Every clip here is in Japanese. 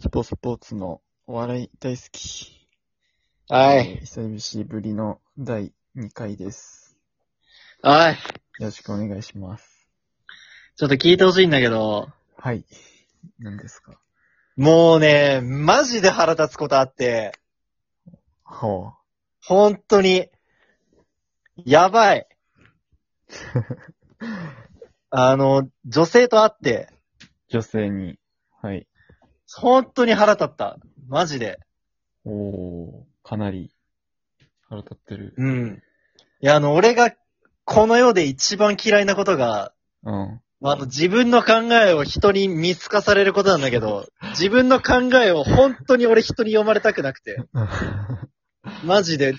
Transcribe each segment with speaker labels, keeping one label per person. Speaker 1: サポサポーツのお笑い大好き。
Speaker 2: は
Speaker 1: えー
Speaker 2: い。
Speaker 1: 久しぶりの第2回です。
Speaker 2: はい。
Speaker 1: よろしくお願いします。
Speaker 2: ちょっと聞いてほしいんだけど、
Speaker 1: はい。何ですか
Speaker 2: もうね、マジで腹立つことあって、
Speaker 1: ほ
Speaker 2: 本当に、やば い。あの、女性と会って、
Speaker 1: う。女性に。はい。
Speaker 2: 本当に腹立った。マジで。
Speaker 1: おー、かなり腹立ってる。
Speaker 2: うん。いや、あの、俺が、この世で一番嫌いなことが、
Speaker 1: うん。
Speaker 2: まあ、あの自分の考えを人に見透かされることなんだけど、自分の考えを本当に俺人に読まれたくなくて、マジで、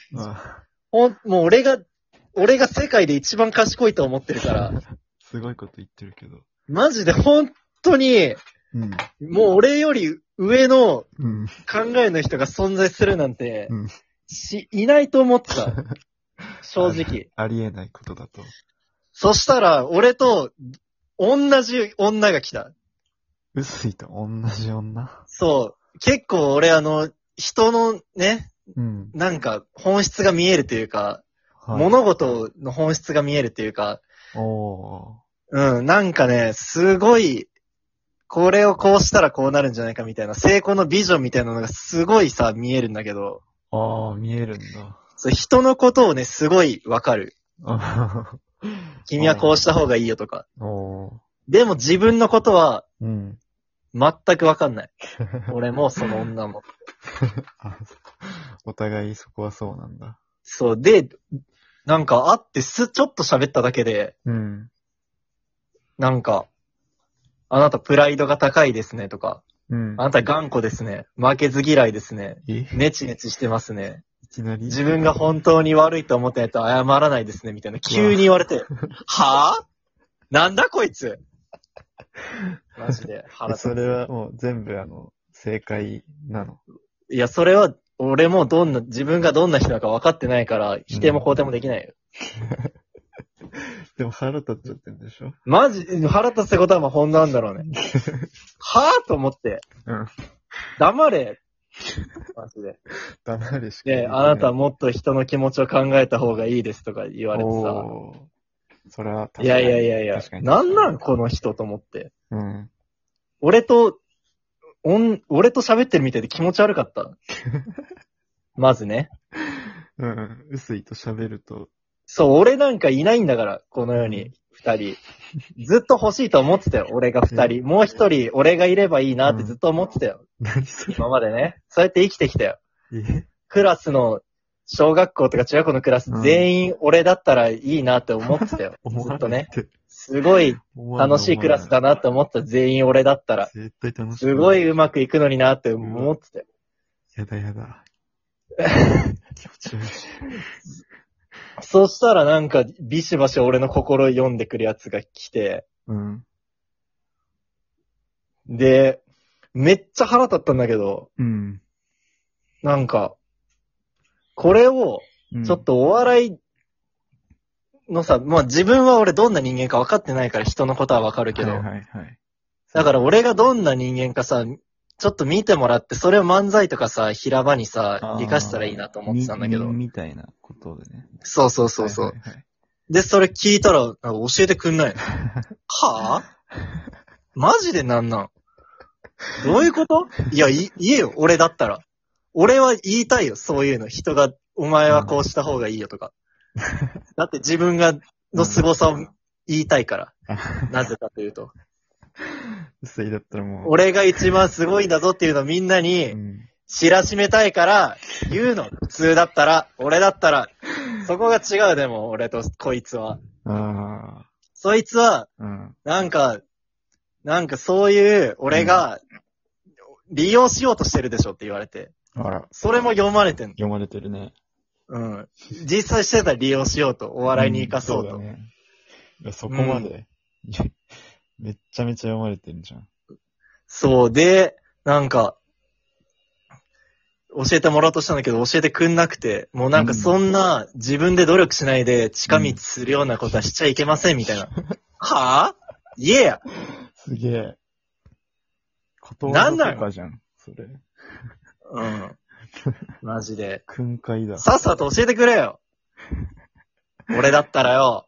Speaker 2: ほん、もう俺が、俺が世界で一番賢いと思ってるから、
Speaker 1: すごいこと言ってるけど。
Speaker 2: マジで本当に、
Speaker 1: うん。
Speaker 2: もう俺より上の
Speaker 1: うん。
Speaker 2: 考えの人が存在するなんて、
Speaker 1: うん
Speaker 2: し、いないと思ってた。正直。
Speaker 1: ありえないことだと。
Speaker 2: そしたら、俺と、同じ女が来た。
Speaker 1: 薄いと同じ女
Speaker 2: そう。結構俺あの、人のね、
Speaker 1: うん。
Speaker 2: なんか本質が見えるというか、
Speaker 1: はい
Speaker 2: 物事の本質が見えるというか、
Speaker 1: おー。
Speaker 2: うん、なんかね、すごい、これをこうしたらこうなるんじゃないかみたいな、成功のビジョンみたいなのがすごいさ、見えるんだけど、
Speaker 1: あー、見えるんだ。
Speaker 2: そう人のことをね、すごいわかる。君はこうした方がいいよとか。
Speaker 1: おー。
Speaker 2: でも自分のことは
Speaker 1: うん。
Speaker 2: 全くわかんない。俺もその女も。
Speaker 1: あお互いそこはそうなんだ。
Speaker 2: そう、で、なんか会ってす、ちょっと喋っただけで、
Speaker 1: うん。
Speaker 2: なんか、あなたプライドが高いですねとか、
Speaker 1: うん
Speaker 2: あ。なた頑固ですね、負けず嫌いですね、
Speaker 1: えい
Speaker 2: ネチネチしてますね、
Speaker 1: きなり
Speaker 2: 自分が本当に悪いと思ったやつは謝らないですね、みたいな。急に言わ れて。はぁなんだこいつマジで腹
Speaker 1: え
Speaker 2: 立
Speaker 1: そ
Speaker 2: つ。
Speaker 1: れはもう全部あの、正解なの。
Speaker 2: いや、それは、俺もどんな、自分がどんな人だか分かってないから、否定も肯定もできないよ。
Speaker 1: でも腹立っちゃってるんでしょ
Speaker 2: マジ、腹立つってことはまあ本当なんだ ろうね。はぁと思って。
Speaker 1: うん。
Speaker 2: 黙れ。マジで。
Speaker 1: 黙れしか
Speaker 2: で、あなた
Speaker 1: も
Speaker 2: もっと人の気持ちを考えた方がいいですとか言われてさ。
Speaker 1: それは確か
Speaker 2: いやいやいやいや
Speaker 1: 確か、に
Speaker 2: なんなんこの人と思って。
Speaker 1: うん。
Speaker 2: 俺と、おん、俺と喋ってるみたいで気持ち悪かった。まずね。
Speaker 1: うん。薄いと喋ると。
Speaker 2: そう、俺なんかいないんだから、この世に、二人。ずっと欲しいと思ってたよ、俺が二人。もう一人、俺がいればいいなってずっと思ってたよ、
Speaker 1: 何それ
Speaker 2: 今までね。そうやって生きてきたよ。
Speaker 1: え
Speaker 2: クラスの、小学校とか中学校のクラス
Speaker 1: うん
Speaker 2: 全員俺だったらいいなって思ってたよ。ずっとね。。すごい楽しいクラスだなって思った全員俺だったら。
Speaker 1: 絶対楽しい。
Speaker 2: すごいうまくいくのになって思ってたよ。
Speaker 1: やだやだ。 気持ち悪い。
Speaker 2: そしたらなんか、ビシバシ俺の心読んでくるやつが来て、
Speaker 1: うん。
Speaker 2: で、めっちゃ腹立ったんだけど、
Speaker 1: うん。
Speaker 2: なんか、これを、ちょっとお笑いのさ、まあ自分は俺どんな人間か分かってないから人のことは分かるけど、
Speaker 1: はいはいはい。
Speaker 2: だから俺がどんな人間かさ、ちょっと見てもらって、それを漫才とかさ、平場にさ
Speaker 1: あ、ー
Speaker 2: 生かしたらいいなと思ってたんだけど
Speaker 1: み。みみたいなことでね。
Speaker 2: そうそうそうそう。
Speaker 1: はいはいはい
Speaker 2: で、それ聞いたら、なんか教えてくんないのはぁ、マジでなんなんどういうこといや、い、言えよ、俺だったら。俺は言いたいよ、そういうの。人が、お前はこうした方がいいよとか。だって自分が、の凄さを言いたいから。なぜかというと。
Speaker 1: 薄いだったらもう。
Speaker 2: 俺が一番すごいんだぞっていうのをみんな
Speaker 1: う
Speaker 2: に
Speaker 1: ん
Speaker 2: 知らしめたいから、言うの。普通だったら、俺だったら。そこが違う、でも、俺とこいつは。
Speaker 1: あ
Speaker 2: そいつは、
Speaker 1: あ。うん。
Speaker 2: なんか、なんかそういう、俺が、利用しようとしてるでしょって言われて。
Speaker 1: あら、
Speaker 2: それも読まれてんの。
Speaker 1: 読まれてるね。
Speaker 2: うん。実際してたら利用しようと、お
Speaker 1: お
Speaker 2: 笑いに生かそうと。
Speaker 1: ね、いや、そこまで。 めっちゃめちゃ読まれてるじゃん。
Speaker 2: そうで、なんか、教えてもらおうとしたんだけど、教えてくんなくて、もうなんかそんな、自分で努力しないで、近道するようなことはしちゃいけません、みたいな。はぁ、いえや
Speaker 1: すげえ。こと
Speaker 2: なんなの
Speaker 1: とかじゃん。それ。
Speaker 2: うん。マジで。
Speaker 1: 訓戒だ。
Speaker 2: さっさと教えてくれ よ。俺だったらよ。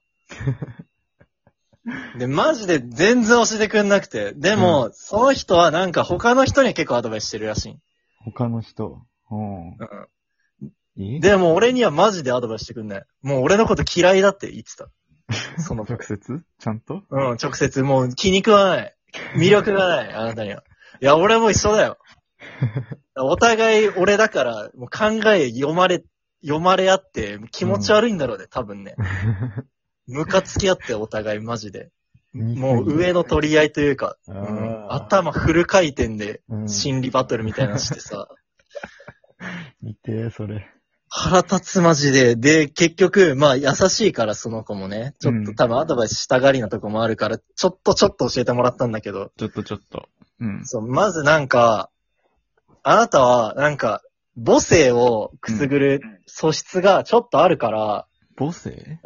Speaker 2: で、マジで全然教えてくんなくて。でも、その人はなんか他の人に結構アドバイスしてるらしい。
Speaker 1: 他の人。うん。え
Speaker 2: でも俺にはマジでアドバイスしてくんない。もう俺のこと嫌いだって言っ てた。その子
Speaker 1: 直接ちゃんと
Speaker 2: うん、直接、もう気に食わない。魅力 がない、あなたには。いや、俺も一緒だよ。お互い俺だから、もう考え読まれ、読まれ合って、気持ち悪いんだろうね、多 分ね。ムカつき合って、お互いマジで。もう上の取り合いというか、
Speaker 1: あ
Speaker 2: う
Speaker 1: ー
Speaker 2: ん、頭フル回転で
Speaker 1: うん
Speaker 2: 心理バトルみたいなのしてさ、
Speaker 1: 見て、それ。
Speaker 2: 腹立つマジで。で、結局、まあ優しいからその子もね、ちょっ
Speaker 1: う
Speaker 2: と
Speaker 1: ん
Speaker 2: 多分アドバイスしたがりなとこもあるから、ちょっとちょっと教えてもらったんだけど、
Speaker 1: ちょっとちょっと。うん。
Speaker 2: そう、まずなんか、あなたは、なんか、母性をくすぐる素質がちょっとあるから、
Speaker 1: 母性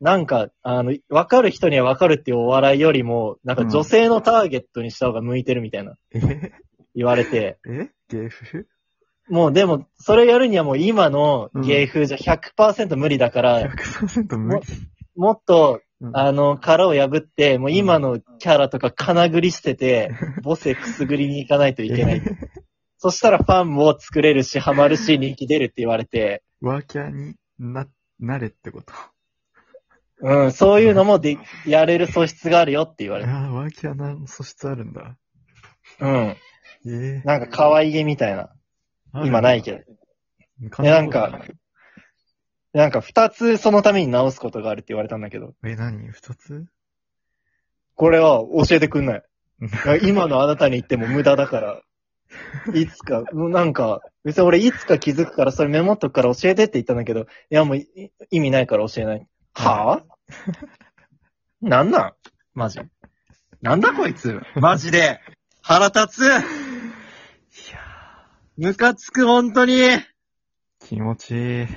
Speaker 2: なんか、あの、わかる人にはわかるっていうお笑いよりも、なんか女性のターゲットにした方が向いてるみたいな、
Speaker 1: え
Speaker 2: 言われて、
Speaker 1: え芸風
Speaker 2: もうでも、それやるにはもう今の芸風じゃ100%無理だから、
Speaker 1: ?100% 無理。
Speaker 2: もっと、
Speaker 1: うん
Speaker 2: あの、殻を破って、もう今のキャラとか金繰り捨てて、母性くすぐりに行かないといけない。そしたらファンも作れるし、ハマるし、人気出るって言われて、
Speaker 1: ワーキャーにな、なれってこと。
Speaker 2: うん、そういうのもで、やれる素質があるよって言わ
Speaker 1: あ
Speaker 2: れて。
Speaker 1: あ、ワーキャーな素質あるんだ。
Speaker 2: うん。
Speaker 1: ええ
Speaker 2: なんか可愛げみたいな。今ないけど。
Speaker 1: ど
Speaker 2: えなんかなんか二つそのために直すことがあるって言われたんだけど、
Speaker 1: え、何二つ
Speaker 2: これは教えてくんない。今のあなたに言っても無駄だから。いつか、もうなんか、別に俺いつか気づくからそれメモっとくから教えてって言ったんだけど、いやもうい意味ないから教えない。はぁ、なんなんマジ。なんだこいつマジで腹立つ
Speaker 1: いや
Speaker 2: ムカつく、本当に
Speaker 1: ー気持ちいい。ちょ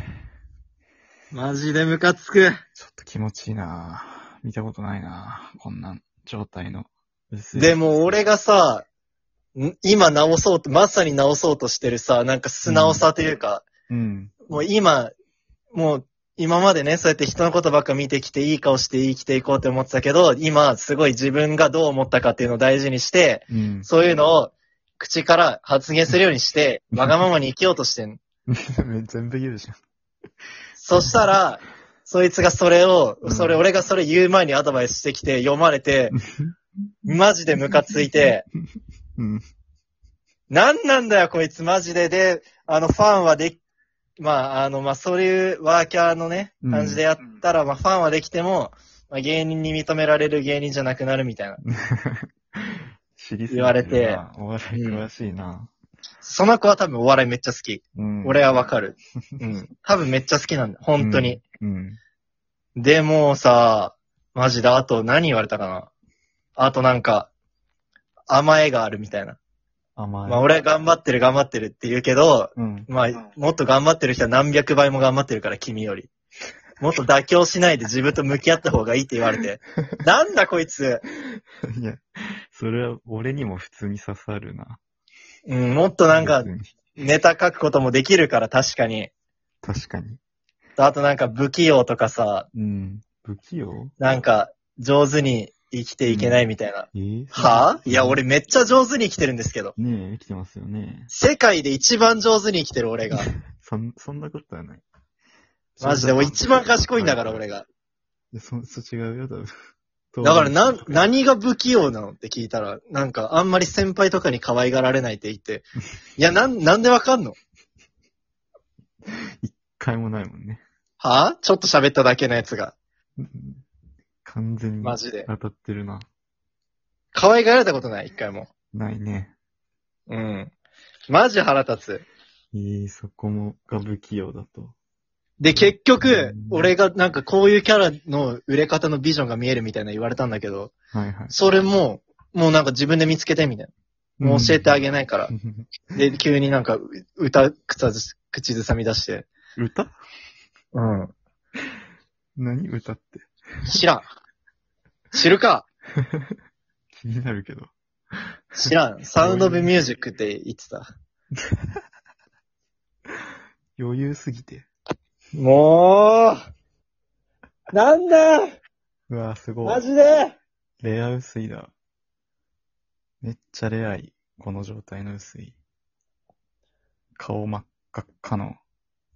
Speaker 2: マジでムカつく。
Speaker 1: っと気持ちいいな見たことないなこんなん状態の。薄い
Speaker 2: で、も俺がさ、ん今直そうと、まさに直そうとしてるさ、なんか素直さというか、
Speaker 1: うん。
Speaker 2: もう今、もう今までね、そうやって人のことばっか見てきて、いい顔して生きていこうって思ってたけど、今、すごい自分がどう思ったかっていうのを大事にして、
Speaker 1: うん。
Speaker 2: そういうのを口から発言するようにして、わがままに生きようとしてん。
Speaker 1: 全部言うじゃん。
Speaker 2: そしたら、そいつがそれを、
Speaker 1: うん
Speaker 2: それ、俺がそれ言う前にアドバイスしてきて、読ま れて、マジでムカついて、
Speaker 1: うん。
Speaker 2: なんなんだよ、こいつ、マジで。で、あの、ファンはで、まあ、あの、まあ、そういうワーキャーのね、
Speaker 1: うん
Speaker 2: 感じでやったら、まあ、ファンはできても、まあ、芸人に認められる芸人じゃなくなるみたいな。
Speaker 1: 知りすぎ
Speaker 2: 言われて
Speaker 1: るなお笑い詳しいな、
Speaker 2: その子は多分お笑いめっちゃ好き。
Speaker 1: うん
Speaker 2: 俺はわ かる。うん。多分めっちゃ好きなんだ。本当に。。
Speaker 1: うん。
Speaker 2: でもうさ、マジで、あと何言われたかな。あとなんか、甘えがあるみたいな。
Speaker 1: 甘い。
Speaker 2: まあ、俺は頑張ってる頑張ってるって言うけど、
Speaker 1: うん。
Speaker 2: まあ、もっと頑張ってる人は何百倍も頑張ってるから、君より。もっと妥協しないで自分と向き合った方がいいって言われて。なんだこいつ。
Speaker 1: いや、それは俺にも普通に刺さるな。
Speaker 2: うん、もっとなんか
Speaker 1: 別、に
Speaker 2: ネタ書くこともできるから、確かに。
Speaker 1: 確かに。
Speaker 2: あとなんか、不器用とかさ、
Speaker 1: うん。不器用
Speaker 2: なんか、上手に生きていけないみたいな。
Speaker 1: えー、
Speaker 2: はぁ、いや、俺めっちゃ上手に生きてるんですけど。
Speaker 1: ねえ、生きてますよね。
Speaker 2: 世界で一番上手に生きてる俺が。
Speaker 1: そん、そんなことはない。
Speaker 2: マジで、俺一番賢いんだから、俺
Speaker 1: が。
Speaker 2: が。
Speaker 1: いやそ、そ、違うよ、多分。
Speaker 2: だから、な、何が不器用なのって聞いたら、なんか、あんまり先輩とかに可愛がられないって言って、いや、なん、なんでわかんの
Speaker 1: 買いもないもんね。
Speaker 2: はぁ、ちょっと喋っただけのやつが。
Speaker 1: うん完全に
Speaker 2: マジで
Speaker 1: 当たってるな。
Speaker 2: 可愛がられたことない、一回も。
Speaker 1: ないね。
Speaker 2: うん。マジ腹立つ。
Speaker 1: えー、そこもが不器用だと。
Speaker 2: で、結局、俺がなんかこういうキャラの売れ方のビジョンが見えるみたいな言われたんだけど、
Speaker 1: はいはい。
Speaker 2: それも、もうなんか自分で見つけてみたいな。もう教えてあげないから。
Speaker 1: うん。
Speaker 2: で、急になんか、う歌、口ず、口ずさみ出して。
Speaker 1: 歌
Speaker 2: うん。
Speaker 1: 何歌って。
Speaker 2: 知らん。知るか
Speaker 1: 気になるけど。
Speaker 2: 知らん。サウンドオブミュージックって言ってた。
Speaker 1: 余裕すぎて。
Speaker 2: もうなんだ
Speaker 1: うわ、すご
Speaker 2: マ
Speaker 1: い。
Speaker 2: ジで
Speaker 1: レア薄いだ。めっちゃレアい。この状態の薄い。顔真っ赤っかの。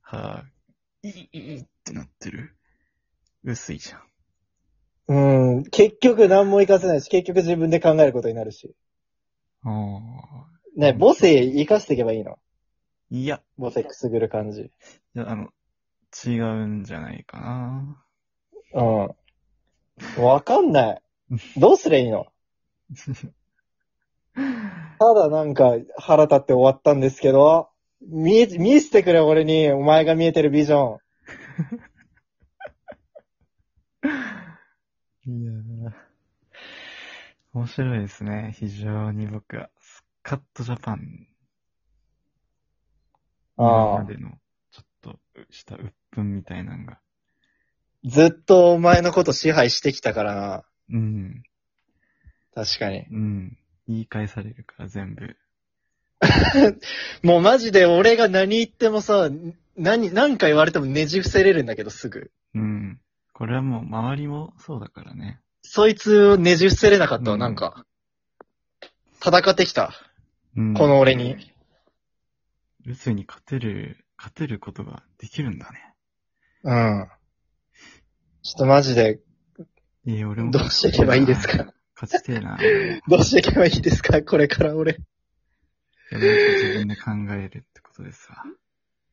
Speaker 1: はぁ、いい、いいってなってる。薄いじゃん。
Speaker 2: うん、結局何も活かせないし、結局自分で考えることになるし。
Speaker 1: あ
Speaker 2: ね、母性活かしていけばいいの。
Speaker 1: ーいや、
Speaker 2: 母性くすぐる感じ。
Speaker 1: いやあの、違うんじゃないかな。
Speaker 2: うん。わかんない。どうすりゃいいのただなんか腹立って終わったんですけど、見え、見せてくれ俺に、お前が見えてるビジョン。
Speaker 1: いやー面白いですね。非常に僕は、スカットジャパン今
Speaker 2: あ
Speaker 1: ま
Speaker 2: あ。
Speaker 1: での、ちょっとした鬱憤みたいなのが。
Speaker 2: ずっとお前のこと支配してきたからな。
Speaker 1: うん、
Speaker 2: 確かに。
Speaker 1: うん。言い返されるから全部。
Speaker 2: もうマジで俺が何言ってもさ、何、何か言われてもねじ伏せれるんだけどすぐ。
Speaker 1: うん。これはもう周りもそうだからね。
Speaker 2: そいつをねじ伏せれなかったわ、
Speaker 1: うん
Speaker 2: なんか。戦ってきた。
Speaker 1: うん。
Speaker 2: この俺に。
Speaker 1: ルスに勝てる、勝てることができるんだね。
Speaker 2: うん。ちょっとマジで、
Speaker 1: いや、俺も。
Speaker 2: どうしていけばいいです か
Speaker 1: 勝ちてえな。
Speaker 2: どうしていけばいいですかこれから俺。
Speaker 1: やばいこと自分で考えるってことですわ。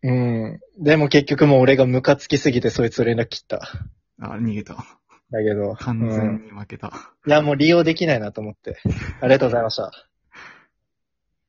Speaker 2: うん。でも結局もう俺がムカつきすぎてそいつ連絡切った。
Speaker 1: あ、逃げた。
Speaker 2: だけど。
Speaker 1: 完
Speaker 2: うん
Speaker 1: 全に負けた。
Speaker 2: いや、もう利用できないなと思って。ありがとうございました。